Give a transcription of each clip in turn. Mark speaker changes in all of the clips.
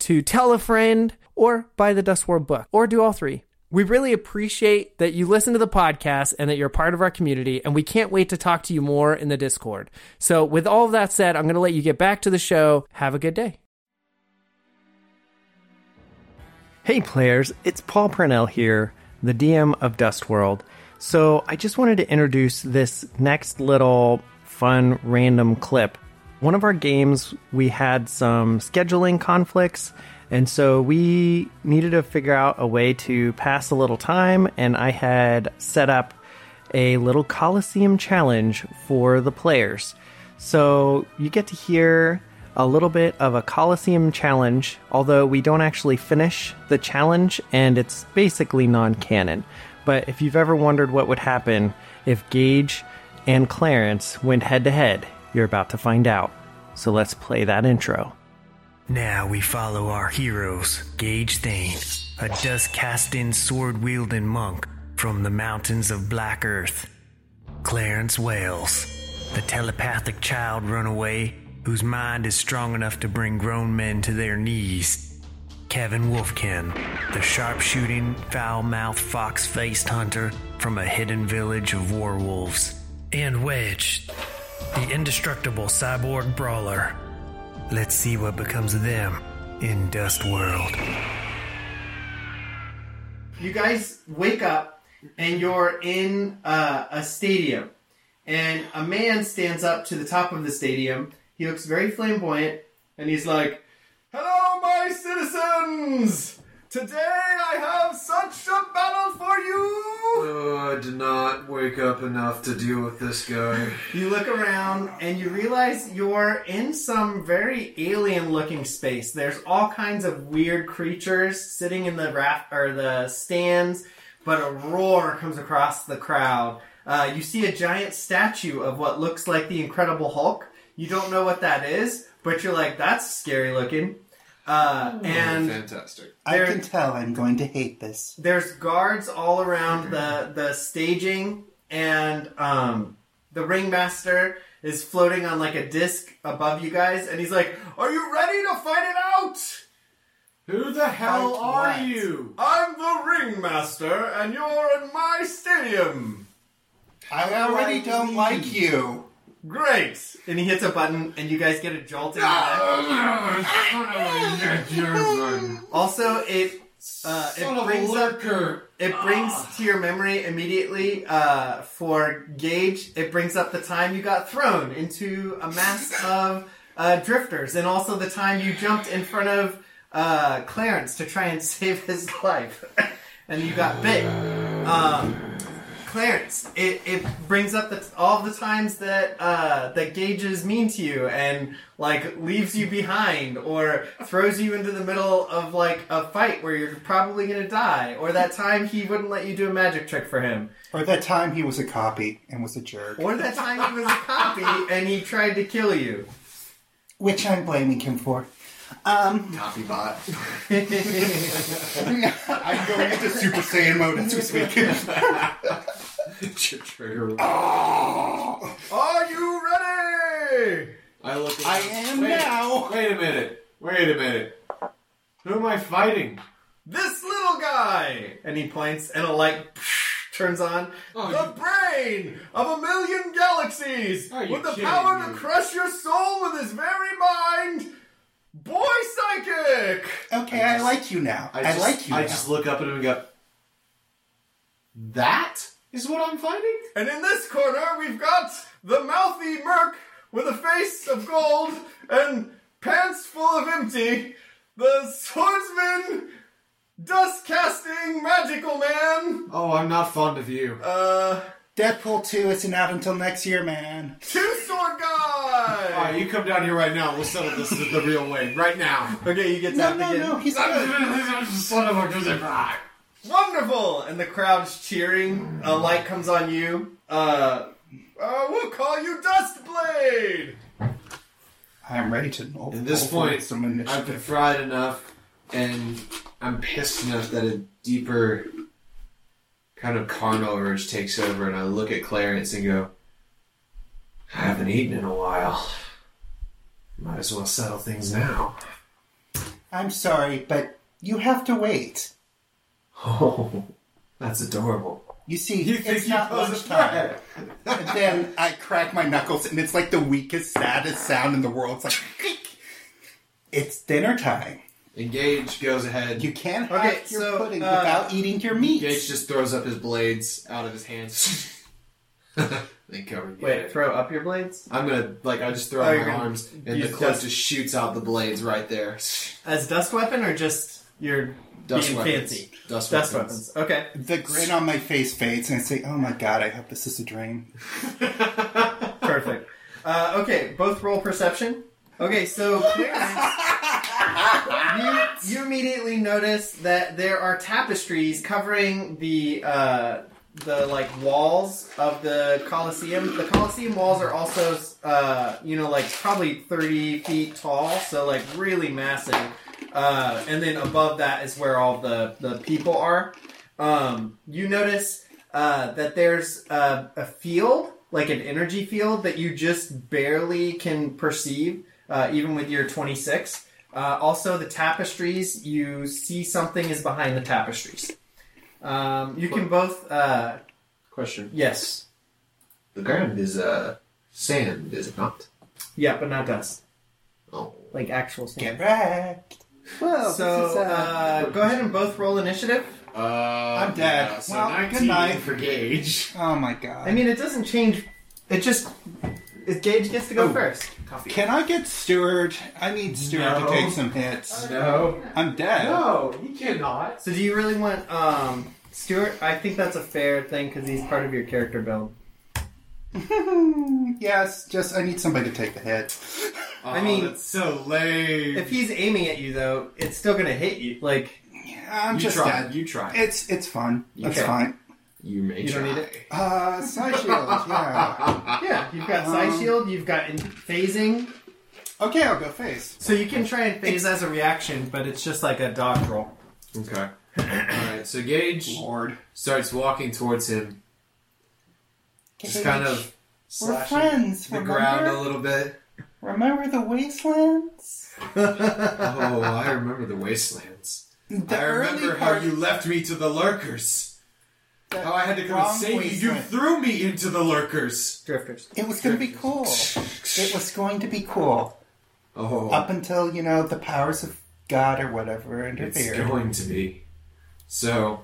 Speaker 1: to tell a friend or buy the Dust World book or do all three. We really appreciate that you listen to the podcast and that you're a part of our community, and we can't wait to talk to you more in the Discord. So, with all of that said, I'm going to let you get back to the show. Have a good day. Hey, players, it's Paul Purnell here, the DM of Dust World. So, I just wanted to introduce this next little fun random clip. One of our games, we had some scheduling conflicts, and so we needed to figure out a way to pass a little time, and I had set up a little Coliseum challenge for the players. So, you get to hear a little bit of a Coliseum challenge, although we don't actually finish the challenge and it's basically non canon. But if you've ever wondered what would happen if Gage and Clarence went head to head, you're about to find out. So let's play that intro.
Speaker 2: Now we follow our heroes, Gage Thane, a dust casting, sword wielding monk from the mountains of Black Earth, Clarence Wales, the telepathic child runaway whose mind is strong enough to bring grown men to their knees, Kevin Wolfkin, the sharpshooting, foul mouthed, fox faced hunter from a hidden village of werewolves, and Wedge, the indestructible cyborg brawler. Let's see what becomes of them in Dust World.
Speaker 1: You guys wake up and you're in uh, a stadium, and a man stands up to the top of the stadium. He looks very flamboyant, and he's like, "Hello, my citizens! Today I have such a battle for you."
Speaker 3: Oh, I did not wake up enough to deal with this guy.
Speaker 1: You look around and you realize you're in some very alien looking space. There's all kinds of weird creatures sitting in the raft or the stands, but a roar comes across the crowd. Uh, you see a giant statue of what looks like the Incredible Hulk. You don't know what that is, but you're like, that's scary looking. Uh, and
Speaker 3: Fantastic.
Speaker 4: I
Speaker 1: There-
Speaker 4: can tell I'm going to hate this.
Speaker 1: there's guards all around the the staging and um the ringmaster is floating on like a disc above you guys and he's like are you ready to fight it out
Speaker 5: Who the hell
Speaker 4: Fight
Speaker 5: are
Speaker 4: what?
Speaker 5: you?
Speaker 6: I'm the ringmaster, and you're in my stadium.
Speaker 4: I already don't like you.
Speaker 6: Great.
Speaker 7: And he hits a button, and you guys get a jolt in the
Speaker 5: Ah! Oh,
Speaker 7: back. Also, it uh,
Speaker 5: Son
Speaker 7: it
Speaker 5: of a
Speaker 7: brings up
Speaker 5: lurker. Ah!
Speaker 7: it brings to your memory immediately uh, for Gage. It brings up the time you got thrown into a mass of uh, drifters, and also the time you jumped in front of uh, Clarence to try and save his life, and you got bit. Um, Clarence, it, it brings up the, all the times that uh, that Gage is mean to you and like leaves you behind or throws you into the middle of like a fight where you're probably gonna die or that time he wouldn't let you do a magic trick for him
Speaker 4: Or that time he was a copy and was a jerk.
Speaker 7: or that time he was a copy and he tried to kill you.
Speaker 4: Which I'm blaming him for. Um,
Speaker 8: Copy bot.
Speaker 9: I'm going into Super Saiyan mode as we speak.
Speaker 8: Trigger.
Speaker 6: Are you ready?
Speaker 8: I look. At
Speaker 4: I am
Speaker 5: Wait.
Speaker 4: now.
Speaker 5: Wait a minute. Wait a minute. Who am I fighting?
Speaker 7: This little guy, and he points, and a light turns on.
Speaker 5: Oh,
Speaker 6: The brain of a million galaxies,
Speaker 5: Are you
Speaker 6: with the
Speaker 5: kidding
Speaker 6: power to
Speaker 5: me?
Speaker 6: crush your soul with his very mind. Boy, psychic.
Speaker 4: Okay, I, like you now. I,
Speaker 8: just,
Speaker 4: like you
Speaker 8: I
Speaker 4: now.
Speaker 8: just look up at him and go. That is what I'm fighting.
Speaker 6: And in this corner, we've got the mouthy merc with a face of gold and pants full of empty, the swordsman, dust casting magical man,
Speaker 5: Oh, I'm not fond of you.
Speaker 6: uh,
Speaker 4: Deadpool 2 isn't out until next year, man.
Speaker 6: two sword
Speaker 5: All
Speaker 6: guy.
Speaker 5: right, you come down here right now. We'll settle this the real way right now.
Speaker 7: Okay, you get
Speaker 4: No,
Speaker 7: tapped
Speaker 4: no,
Speaker 7: again.
Speaker 4: no, he's good.
Speaker 5: Son of a good-
Speaker 7: Wonderful! And the crowd's cheering. A light comes on you. Uh,
Speaker 6: Uh, we'll call you Dustblade.
Speaker 4: I'm ready to roll.
Speaker 8: At this
Speaker 4: roll for
Speaker 8: point,
Speaker 4: some
Speaker 8: I've been
Speaker 4: initiative.
Speaker 8: fried enough, and I'm pissed enough that a deeper kind of carnal urge takes over, and I look at Clarence and go, "I haven't eaten in a while. Might as well settle things now."
Speaker 4: I'm sorry, but you have to wait.
Speaker 8: Oh, that's adorable.
Speaker 4: You see,
Speaker 5: You think
Speaker 4: it's
Speaker 5: you
Speaker 4: not
Speaker 5: pose a
Speaker 4: lunchtime.
Speaker 5: threat?
Speaker 4: And then I crack my knuckles, and it's like the weakest, saddest sound in the world. It's like, "Creak." it's dinner time.
Speaker 8: Engage goes ahead.
Speaker 4: You can't have
Speaker 7: Okay,
Speaker 4: your
Speaker 7: so,
Speaker 4: pudding
Speaker 7: uh,
Speaker 4: without eating your meat.
Speaker 8: Engage just throws up his blades out of his hands. they cover you.
Speaker 7: wait, throw up your blades?
Speaker 8: I'm gonna like I just throw
Speaker 7: Oh,
Speaker 8: out
Speaker 7: you're
Speaker 8: my
Speaker 7: gonna
Speaker 8: arms and the
Speaker 7: use
Speaker 8: club
Speaker 7: dust-
Speaker 8: just shoots out the blades right there.
Speaker 7: As dust weapon or just your
Speaker 8: Dust
Speaker 7: being
Speaker 8: weapons.
Speaker 7: fancy?
Speaker 8: Dust
Speaker 7: Dust
Speaker 8: weapons.
Speaker 7: weapons. Okay.
Speaker 4: The grin on my face fades, and I say, "Oh my god, I hope this is a dream."
Speaker 7: Perfect. Uh, okay, both roll perception. Okay, so Clarence, you, you immediately notice that there are tapestries covering the uh, the like walls of the Colosseum. The Colosseum walls are also, uh, you know, like probably thirty feet tall, so like really massive. Uh, and then above that is where all the the people are. Um, you notice uh, that there's uh, a, a field, like an energy field, that you just barely can perceive, uh, even with your 26. Uh, also, the tapestries, you see something is behind the tapestries. Um, you can both, uh,
Speaker 8: Question:
Speaker 7: yes.
Speaker 8: The ground is uh sand, is it not?
Speaker 7: Yeah, but not dust.
Speaker 8: Oh,
Speaker 7: Like actual
Speaker 4: Get
Speaker 7: sand.
Speaker 4: wrecked. Well, this is,
Speaker 7: So,
Speaker 4: uh,
Speaker 7: uh, go ahead and both roll initiative.
Speaker 5: Uh, I'm
Speaker 4: dead.
Speaker 5: so
Speaker 4: Well,
Speaker 5: 19
Speaker 4: good night.
Speaker 5: for Gage.
Speaker 4: oh my god.
Speaker 7: I mean, it doesn't change. It just. It, Gage gets to go first.
Speaker 4: can I get Steward? I need Steward
Speaker 5: No.
Speaker 4: to take some hits.
Speaker 5: No,
Speaker 4: I'm dead.
Speaker 5: no, you cannot.
Speaker 7: So do you really want um Stuart? I think that's a fair thing because he's part of your character build.
Speaker 4: Yes, just I need somebody to take the hit.
Speaker 8: Oh,
Speaker 5: I
Speaker 7: mean-
Speaker 5: that's so lame.
Speaker 7: If he's aiming at you though, it's still gonna hit you. Like
Speaker 4: I'm
Speaker 8: you
Speaker 4: just
Speaker 8: try.
Speaker 4: dead.
Speaker 8: You try.
Speaker 4: It's it's fun. That's
Speaker 7: Okay.
Speaker 4: fine.
Speaker 8: you may
Speaker 7: you
Speaker 8: try.
Speaker 7: don't need it.
Speaker 4: Uh, side shield. Yeah.
Speaker 8: Uh,
Speaker 7: Yeah, you've got side shield. You've got in- phasing,
Speaker 4: Okay, I'll go face.
Speaker 7: so you can try and phase as a reaction, but it's just like a dodge roll.
Speaker 8: Okay. All right. So Gage
Speaker 4: Lord.
Speaker 8: starts walking towards him, just kind of
Speaker 4: We're
Speaker 8: slashing
Speaker 4: friends.
Speaker 8: the
Speaker 4: remember?
Speaker 8: ground a little bit.
Speaker 4: Remember the wastelands?
Speaker 8: Oh, I remember the wastelands.
Speaker 4: The
Speaker 8: I remember
Speaker 4: early
Speaker 8: how
Speaker 4: part-
Speaker 8: you left me to the lurkers.
Speaker 4: the
Speaker 8: How I had to come and
Speaker 4: wrong
Speaker 8: save you. You
Speaker 4: wasteland.
Speaker 8: threw me into the lurkers.
Speaker 7: Drifters.
Speaker 4: It was going to be cool. It was going to be cool
Speaker 8: Oh,
Speaker 4: up until you know the powers of God or whatever
Speaker 8: it's
Speaker 4: interfered.
Speaker 8: going to be. So,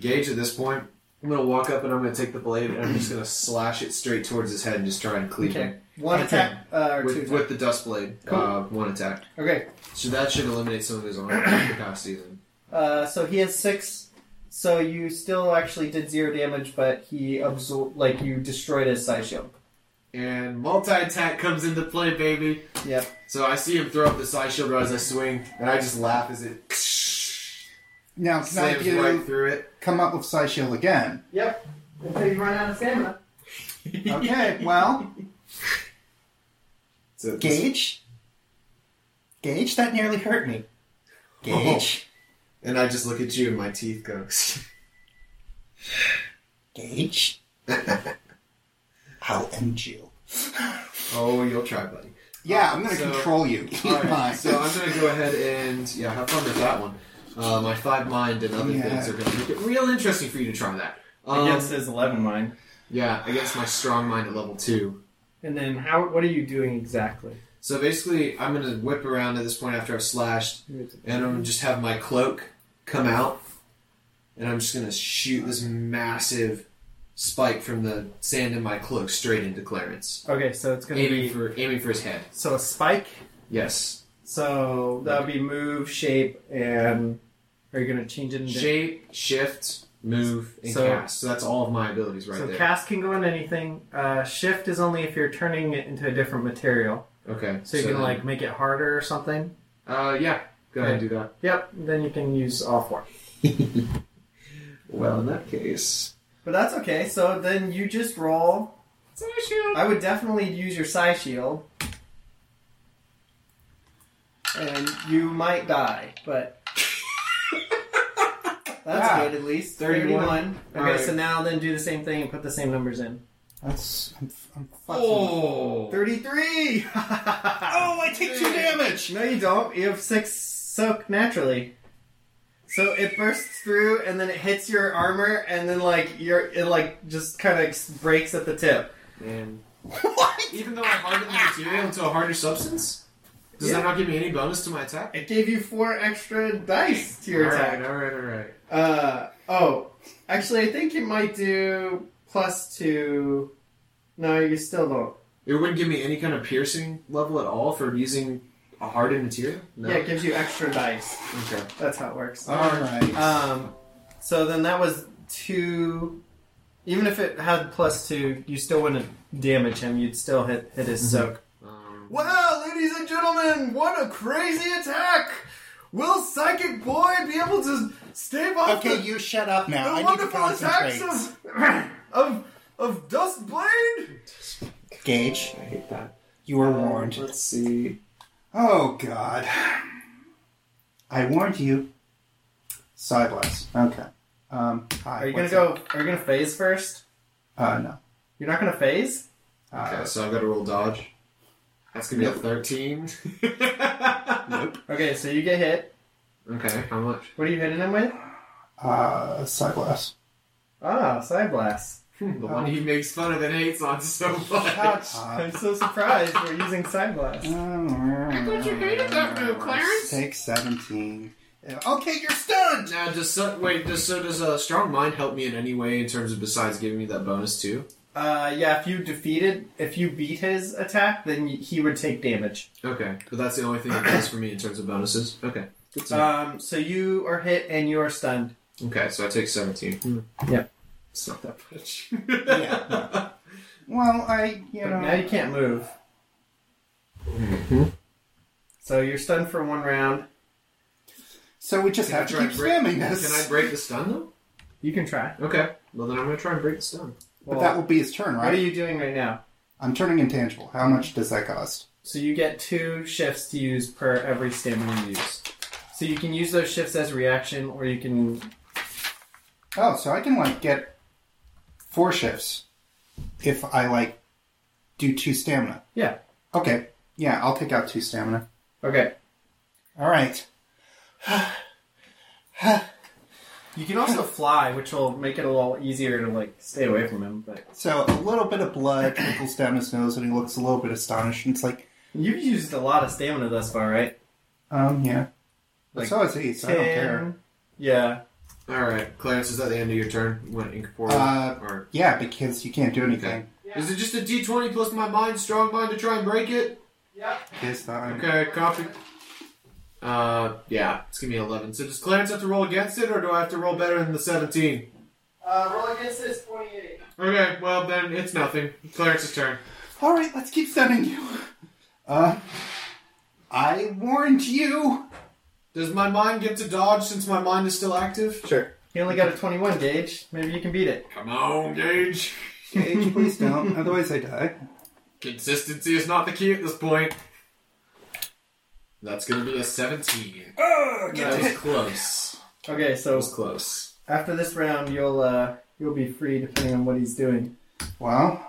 Speaker 8: Gage, at this point, I'm gonna walk up and I'm gonna take the blade and I'm just gonna slash it straight towards his head and just try and cleave
Speaker 7: Okay.
Speaker 8: him
Speaker 7: One attack uh, or two.
Speaker 8: with, with the dust blade. Uh, one attack.
Speaker 7: Okay.
Speaker 8: So that should eliminate some of his armor capacity. Then
Speaker 7: Uh, so he has six. So you still actually did zero damage, but he absorbed, like you destroyed his side shield.
Speaker 8: and multi attack comes into play, baby.
Speaker 7: Yep.
Speaker 8: So I see him throw up the side shield right as I swing, and I just laugh as it
Speaker 4: Now can I
Speaker 8: slams
Speaker 4: do
Speaker 8: right through it.
Speaker 4: come up with Psyshield again?
Speaker 7: Yep. Until you run out of stamina.
Speaker 4: Okay, well,
Speaker 8: So this-
Speaker 4: Gage, Gage, that nearly hurt me.
Speaker 8: Oh.
Speaker 4: Gage,
Speaker 8: And I just look at you and my teeth go.
Speaker 4: Gage, I'll end you.
Speaker 8: oh, you'll try, buddy.
Speaker 4: Yeah, I'm gonna
Speaker 8: So-
Speaker 4: control you. Keep
Speaker 8: All right,
Speaker 4: mine.
Speaker 8: so I'm gonna go ahead and yeah, have fun with that one. Uh, my five mind and other
Speaker 4: Yeah.
Speaker 8: things are gonna make it real interesting for you to try that. Um,
Speaker 7: Against his eleven mine.
Speaker 8: yeah, against my strong mind at level two.
Speaker 7: And then how? What are you doing exactly?
Speaker 8: So basically, I'm gonna whip around at this point after I've slashed, and I'm gonna just have my cloak come out, and I'm just gonna shoot this massive spike from the sand in my cloak straight into Clarence,
Speaker 7: Okay, so it's gonna
Speaker 8: aiming
Speaker 7: be
Speaker 8: for aiming for his head.
Speaker 7: so a spike.
Speaker 8: Yes.
Speaker 7: So that would be move, shape, and are you gonna change it? Into,
Speaker 8: Shape, shift, move, and
Speaker 7: So-
Speaker 8: cast. So that's all of my abilities right
Speaker 7: so
Speaker 8: there.
Speaker 7: cast can go on anything. Uh, shift is only if you're turning it into a different material.
Speaker 8: okay.
Speaker 7: So you can
Speaker 8: then-
Speaker 7: like make it harder or something.
Speaker 8: Uh, yeah. Go ahead and do that.
Speaker 7: Yep. Then you can use all four.
Speaker 8: Well, in that case.
Speaker 7: But that's okay. So then you just roll. I would definitely use your psi shield. And you might die, but that's good at least.
Speaker 8: 31.
Speaker 7: Okay,
Speaker 8: Alright.
Speaker 7: so now then do the same thing and put the same numbers in.
Speaker 4: That's I'm, I'm fucking.
Speaker 8: Oh.
Speaker 7: 33!
Speaker 4: Oh, I take two damage.
Speaker 7: No, you don't. You have six soak naturally. So it bursts through, and then it hits your armor, and then like your it like just kind of breaks at the tip.
Speaker 8: Man. Even though I hardened the material into a harder substance, does
Speaker 7: Yeah.
Speaker 8: that not give me any bonus to my attack?
Speaker 7: It gave you four extra dice to your attack.
Speaker 8: all right, all right.
Speaker 7: Uh oh, actually, I think it might do plus two. No, you still don't.
Speaker 8: It wouldn't give me any kind of piercing level at all for using a hardened material. No.
Speaker 7: Yeah, it gives you extra dice.
Speaker 8: Okay.
Speaker 7: That's how it works.
Speaker 4: All right.
Speaker 7: Um, so then that was two. Even if it had plus two, you still wouldn't damage him. You'd still hit hit his soak.
Speaker 8: Um,
Speaker 6: Wow, ladies and gentlemen, what a crazy attack! Will Psychic Boy be able to stave off
Speaker 4: okay,
Speaker 6: the,
Speaker 4: you shut up now.
Speaker 6: the
Speaker 4: I need to
Speaker 6: wonderful attacks
Speaker 4: concentrate.
Speaker 6: of, of of Dust Blade?
Speaker 4: Gage,
Speaker 8: I hate that.
Speaker 4: you were warned.
Speaker 8: Let's see.
Speaker 4: Oh God! I warned you. Sideways. Okay. Um, hi,
Speaker 7: Are you gonna
Speaker 4: what's
Speaker 7: go? Are you gonna phase first?
Speaker 4: up? Uh, no.
Speaker 7: You're not gonna phase.
Speaker 8: Okay, so I've got to roll dodge. That's gonna be a thirteen.
Speaker 7: Okay, so you get hit.
Speaker 8: Okay, how much?
Speaker 7: What are you hitting him with?
Speaker 4: Uh, sideways.
Speaker 7: Ah, side blast.
Speaker 4: Hmm,
Speaker 8: The
Speaker 4: uh,
Speaker 8: one he makes fun of and hates on so much.
Speaker 7: Ouch! I'm so surprised we're using side blast.
Speaker 4: Take mm, seventeen. Yeah, Okay, you're stunned.
Speaker 8: Now, does so, wait? Does so does uh, strong mind help me in any way in terms of besides giving me that bonus too?
Speaker 7: Uh, yeah, if you defeated, if you beat his attack, then y- he would take damage.
Speaker 8: Okay, but that's the only thing it does for me in terms of bonuses. Okay, Uh, Good to know.
Speaker 7: Um, so you are hit and you are stunned.
Speaker 8: okay, so I take seventeen. Hmm.
Speaker 7: Yeah.
Speaker 8: it's not that much.
Speaker 4: Well, I, you
Speaker 7: But
Speaker 4: know,
Speaker 7: now you can't move.
Speaker 4: Mm-hmm.
Speaker 7: So you're stunned for one round.
Speaker 4: so we just
Speaker 8: Can I
Speaker 4: have to
Speaker 8: try
Speaker 4: keep
Speaker 8: and break-
Speaker 4: spamming
Speaker 8: Can I
Speaker 4: this.
Speaker 8: break the stun though?
Speaker 7: You can try.
Speaker 8: Okay, well then I'm gonna try and break the stun.
Speaker 4: But that will be his turn,
Speaker 7: What are
Speaker 4: right?
Speaker 7: you doing right now?
Speaker 4: I'm turning intangible. How much does that cost?
Speaker 7: So you get two shifts to use per every stamina you use. So you can use those shifts as reaction, or you can.
Speaker 4: Oh, so I can like get four shifts if I like do two stamina.
Speaker 7: Yeah.
Speaker 4: Okay. Yeah, I'll take out two stamina.
Speaker 7: Okay.
Speaker 4: All right.
Speaker 7: You can also fly, which will make it a little easier to like stay away from him. But
Speaker 4: So a little bit of blood trickles down his nose, and he looks a little bit astonished. And it's like,
Speaker 7: you've used a lot of stamina thus far, right?
Speaker 4: um, yeah.
Speaker 7: Like
Speaker 4: so is he. So I don't care.
Speaker 7: Ten. Yeah.
Speaker 8: All right, Clarence, is that the end of your turn? Went incorporeal,
Speaker 4: Uh,
Speaker 8: or
Speaker 4: Yeah, because you can't do anything.
Speaker 8: is it just a D twenty plus my mind, strong mind to try and break it?
Speaker 4: His time.
Speaker 8: Okay, copy. Uh, yeah, it's gonna be eleven. So does Clarence have to roll against it, or do I have to roll better than the seventeen?
Speaker 7: Uh, roll against this twenty-eight.
Speaker 8: Okay, well then it's nothing. Clarence's turn.
Speaker 4: All right, let's keep stunning you. Uh, I warned you.
Speaker 8: Does my mind get to dodge since my mind is still active?
Speaker 7: Sure. He only got a twenty-one gauge. Maybe you can beat it.
Speaker 8: Come on, Gage.
Speaker 4: Gage, please don't. Otherwise, I die.
Speaker 8: Consistency is not the key at this point. That's gonna be a seventeen. that was close.
Speaker 7: Okay,
Speaker 8: That
Speaker 7: so
Speaker 8: was close.
Speaker 7: after this round, you'll uh, you'll be free depending on what he's doing.
Speaker 4: Well,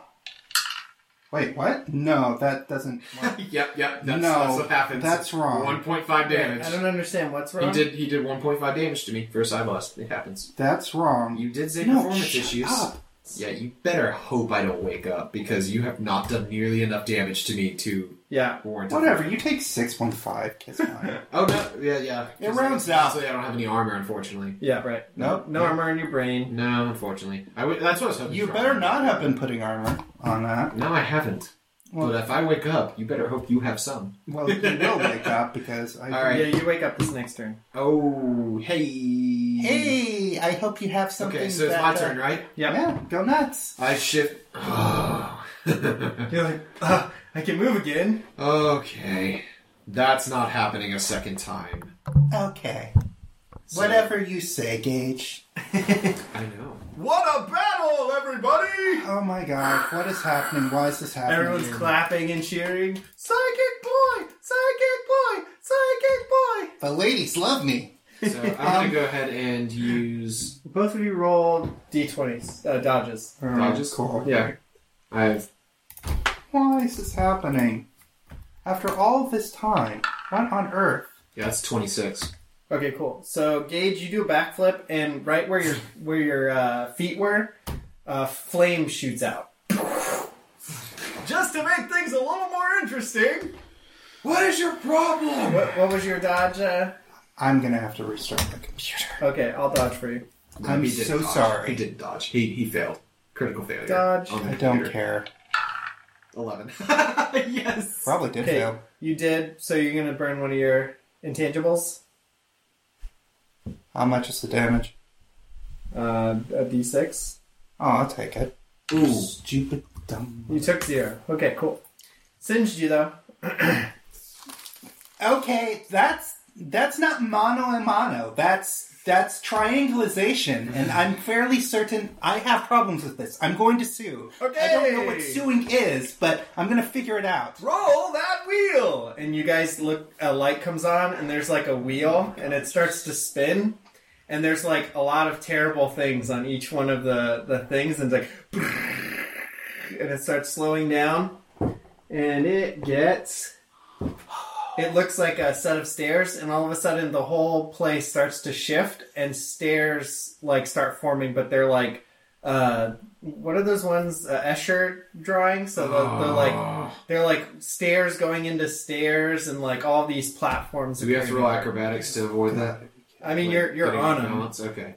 Speaker 4: wait, what? No, that doesn't. Work.
Speaker 8: Yep, yep. That's,
Speaker 4: No,
Speaker 8: that's what happens.
Speaker 4: that's wrong.
Speaker 8: One point five damage.
Speaker 7: I don't understand what's
Speaker 8: He
Speaker 7: wrong.
Speaker 8: did. He did one point five damage to me for a side blast. It happens.
Speaker 4: That's wrong.
Speaker 8: You did say
Speaker 4: no,
Speaker 8: performance
Speaker 4: shut
Speaker 8: issues.
Speaker 4: Up.
Speaker 8: Yeah, you better hope I don't wake up because you have not done nearly enough damage to me to
Speaker 7: Yeah.
Speaker 8: warrant. a-
Speaker 4: Whatever. You take six point five. Kiss mine.
Speaker 8: Oh no! Yeah, yeah.
Speaker 4: It rounds
Speaker 8: Honestly,
Speaker 4: out.
Speaker 8: I don't have any armor, unfortunately.
Speaker 7: Yeah. Right.
Speaker 4: Nope.
Speaker 7: No armor in your brain.
Speaker 8: No, unfortunately. I w- that's what I was hoping.
Speaker 4: You
Speaker 8: for.
Speaker 4: better not have been putting armor on that.
Speaker 8: No, I haven't.
Speaker 4: Well-
Speaker 8: but if I wake up, you better hope you have some.
Speaker 4: Well, you will wake up because I.
Speaker 8: All right.
Speaker 7: Yeah. You wake up this next turn.
Speaker 8: Oh, hey.
Speaker 4: Hey, I hope you have something.
Speaker 8: Okay, so it's
Speaker 4: that,
Speaker 8: my
Speaker 4: uh,
Speaker 8: turn, right?
Speaker 4: Yeah, go nuts.
Speaker 8: I shift. Oh.
Speaker 7: You're like, "Ugh, I can move again.
Speaker 8: okay. That's not happening a second time.
Speaker 4: Okay.
Speaker 8: So-
Speaker 4: Whatever you say, Gage.
Speaker 8: I know.
Speaker 6: What a battle, everybody!
Speaker 4: Oh my god, what is happening? Why is this happening?
Speaker 7: Everyone's
Speaker 4: here?
Speaker 7: clapping and cheering.
Speaker 6: Psychic boy! Psychic boy! Psychic boy!
Speaker 4: The ladies love me.
Speaker 8: So I'm gonna go ahead and use
Speaker 7: Both of you roll d20s, uh, dodges.
Speaker 8: dodges.
Speaker 4: cool.
Speaker 8: Yeah. I've
Speaker 4: Why is this happening? After all this time, what on earth?
Speaker 8: yeah, that's 26.
Speaker 7: Okay, cool. So Gage, you do a backflip, and right where your where your uh, feet were, uh, flame shoots out.
Speaker 6: Just to make things a little more interesting,
Speaker 8: What is your problem?
Speaker 7: What, what was your dodge? Uh...
Speaker 4: I'm gonna have to restart my computer.
Speaker 7: Okay, I'll dodge for you.
Speaker 4: I'm
Speaker 8: he did
Speaker 4: so
Speaker 8: dodge.
Speaker 4: sorry.
Speaker 8: He did dodge. He he failed. Critical failure.
Speaker 7: Dodge.
Speaker 8: on the
Speaker 4: I don't
Speaker 8: computer.
Speaker 4: care.
Speaker 8: Eleven. yes.
Speaker 4: Probably did
Speaker 7: Okay,
Speaker 4: fail.
Speaker 7: you did. So you're gonna burn one of your intangibles.
Speaker 4: How much is the damage?
Speaker 7: Uh, a d6.
Speaker 4: Oh, I'll take it.
Speaker 8: Ooh.
Speaker 4: Stupid dumb.
Speaker 7: You took zero. Okay, cool. Singed you though.
Speaker 4: Okay, that's that's not mono and mono. That's that's triangulation, and I'm fairly certain I have problems with this. I'm going to sue. I don't know what
Speaker 7: Okay.
Speaker 4: suing is, but I'm gonna figure it out.
Speaker 7: Roll that wheel, and you guys look. A light comes on, and there's like a wheel, and it starts to spin. And there's like a lot of terrible things on each one of the the things, and it's like, and it starts slowing down, and it gets. It looks like a set of stairs, and all of a sudden the whole place starts to shift, and stairs like start forming, but they're like, uh, what are those ones? Uh, Escher drawings. So they're, they're like they're like stairs going into stairs, and like all these platforms.
Speaker 8: Do we have to
Speaker 7: appearing.
Speaker 8: roll acrobatics to avoid that?
Speaker 7: I mean, you're you're
Speaker 8: Getting
Speaker 7: on
Speaker 8: off
Speaker 7: them.
Speaker 8: balance? Okay.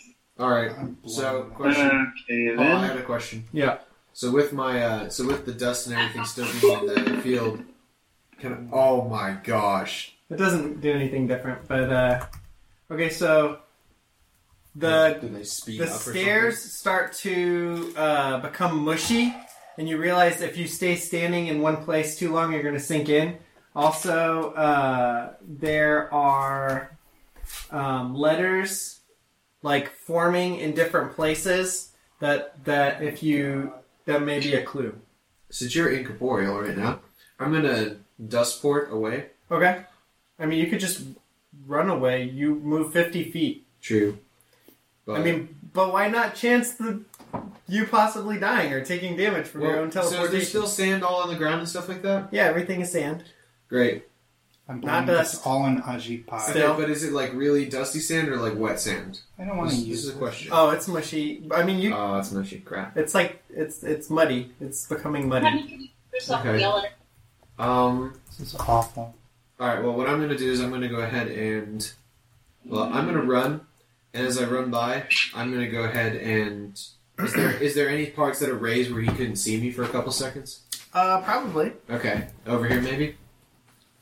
Speaker 8: All right. So question.
Speaker 9: Okay,
Speaker 8: Oh, I
Speaker 9: then.
Speaker 8: had a question.
Speaker 7: Yeah.
Speaker 8: So with my uh, so with the dust and everything still being on the field, can I, oh my gosh.
Speaker 7: It doesn't do anything different, but uh, okay. So
Speaker 8: Do
Speaker 7: the
Speaker 8: they speed
Speaker 7: the
Speaker 8: up or something?
Speaker 7: stairs start to uh, become mushy, and you realize if you stay standing in one place too long, you're going to sink in. Also, uh, there are um, letters like forming in different places that that if you that may be a clue.
Speaker 8: Since you're incorporeal right now, I'm gonna dust port away.
Speaker 7: Okay, I mean you could just run away. You move fifty feet.
Speaker 8: True. But
Speaker 7: I mean, but why not chance the you possibly dying or taking damage from your own
Speaker 8: so is
Speaker 7: teleportation.
Speaker 8: there still sand all on the ground and stuff like that?
Speaker 7: yeah, everything is sand.
Speaker 8: Great.
Speaker 4: I'm
Speaker 7: Not
Speaker 4: blaming this
Speaker 7: dust.
Speaker 4: all on Ajit Pai.
Speaker 8: Okay,
Speaker 7: Still.
Speaker 8: but is it like really dusty sand or like wet sand?
Speaker 4: I don't want to
Speaker 8: This,
Speaker 4: use
Speaker 8: this is a
Speaker 4: it.
Speaker 8: question.
Speaker 7: Oh, it's mushy. I mean, you.
Speaker 8: Oh, that's mushy crap.
Speaker 7: It's like it's it's muddy. It's becoming muddy.
Speaker 10: Honey, There's something
Speaker 8: Okay.
Speaker 10: yelling.
Speaker 8: Um.
Speaker 4: This is awful.
Speaker 8: All right. Well, what I'm gonna do is I'm gonna go ahead and well, I'm gonna run, and as I run by, I'm gonna go ahead and is there is there any parts that are raised where he couldn't see me for a couple seconds?
Speaker 7: Uh, probably.
Speaker 8: Okay, over here maybe.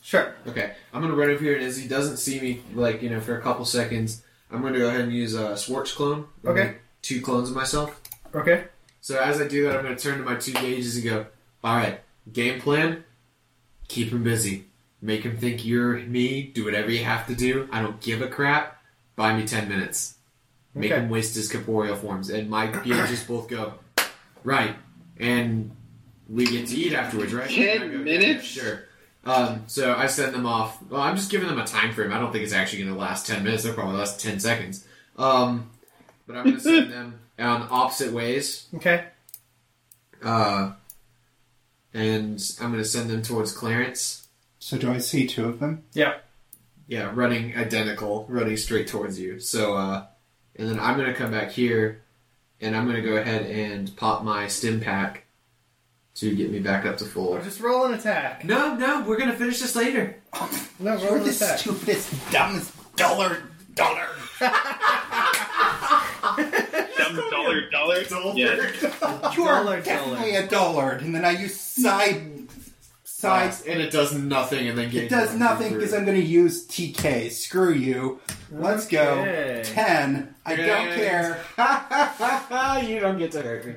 Speaker 7: Sure.
Speaker 8: Okay, I'm gonna run over here, and as he doesn't see me, like you know, for a couple seconds, I'm gonna go ahead and use a uh, Swartz clone. I'm
Speaker 7: Okay.
Speaker 8: gonna make two clones of myself.
Speaker 7: Okay.
Speaker 8: So as I do that, I'm going to turn to my two gauges and go, all right, game plan, keep him busy. Make him think you're me. Do whatever you have to do. I don't give a crap. Buy me 10 minutes. Make
Speaker 7: Okay.
Speaker 8: him waste his corporeal forms. And my gauges both go, right. And we get to eat afterwards, right?
Speaker 11: 10
Speaker 8: And I go,
Speaker 11: minutes?
Speaker 8: sure. Um, so I send them off. Well, I'm just giving them a time frame. I don't think it's actually going to last 10 minutes. They'll probably last 10 seconds. Um, but I'm going to send them on opposite ways
Speaker 7: Okay.
Speaker 8: uh, and I'm going to send them towards Clarence.
Speaker 4: So do I see two of them?
Speaker 7: Yeah.
Speaker 8: Yeah, running identical, running straight towards you. So, uh, and then I'm going to come back here, and I'm going to go ahead and pop my stim pack to get me back up to full.
Speaker 7: Just roll an attack.
Speaker 8: No, no, we're going to finish this later.
Speaker 7: No, roll
Speaker 4: You're
Speaker 7: an
Speaker 4: the
Speaker 7: attack.
Speaker 4: stupidest, dumbest dollar dollar.
Speaker 11: Dumb dollar dollar. Yeah.
Speaker 4: You are
Speaker 7: Dollar,
Speaker 4: definitely a dollar. And then I use side side.
Speaker 8: And it does nothing, and then get
Speaker 4: It does nothing because I'm going to use TK. Screw you. Let's
Speaker 7: Okay.
Speaker 4: go. Ten. I don't care.
Speaker 8: you don't get to hurt me.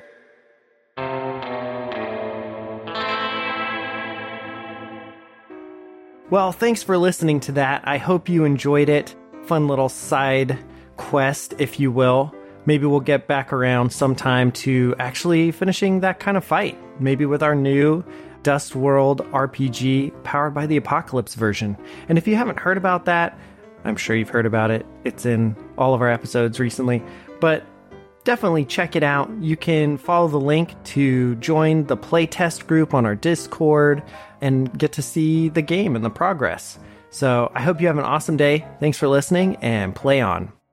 Speaker 1: Well, thanks for listening to that. I hope you enjoyed it. Fun little side quest, if you will. Maybe we'll get back around sometime to actually finishing that kind of fight. Maybe with our new Dust World RPG powered by the Apocalypse version. And if you haven't heard about that, I'm sure you've heard about it. It's in all of our episodes recently. But definitely check it out. You can follow the link to join the playtest group on our Discord and get to see the game and the progress. So I hope you have an awesome day. Thanks for listening and play on.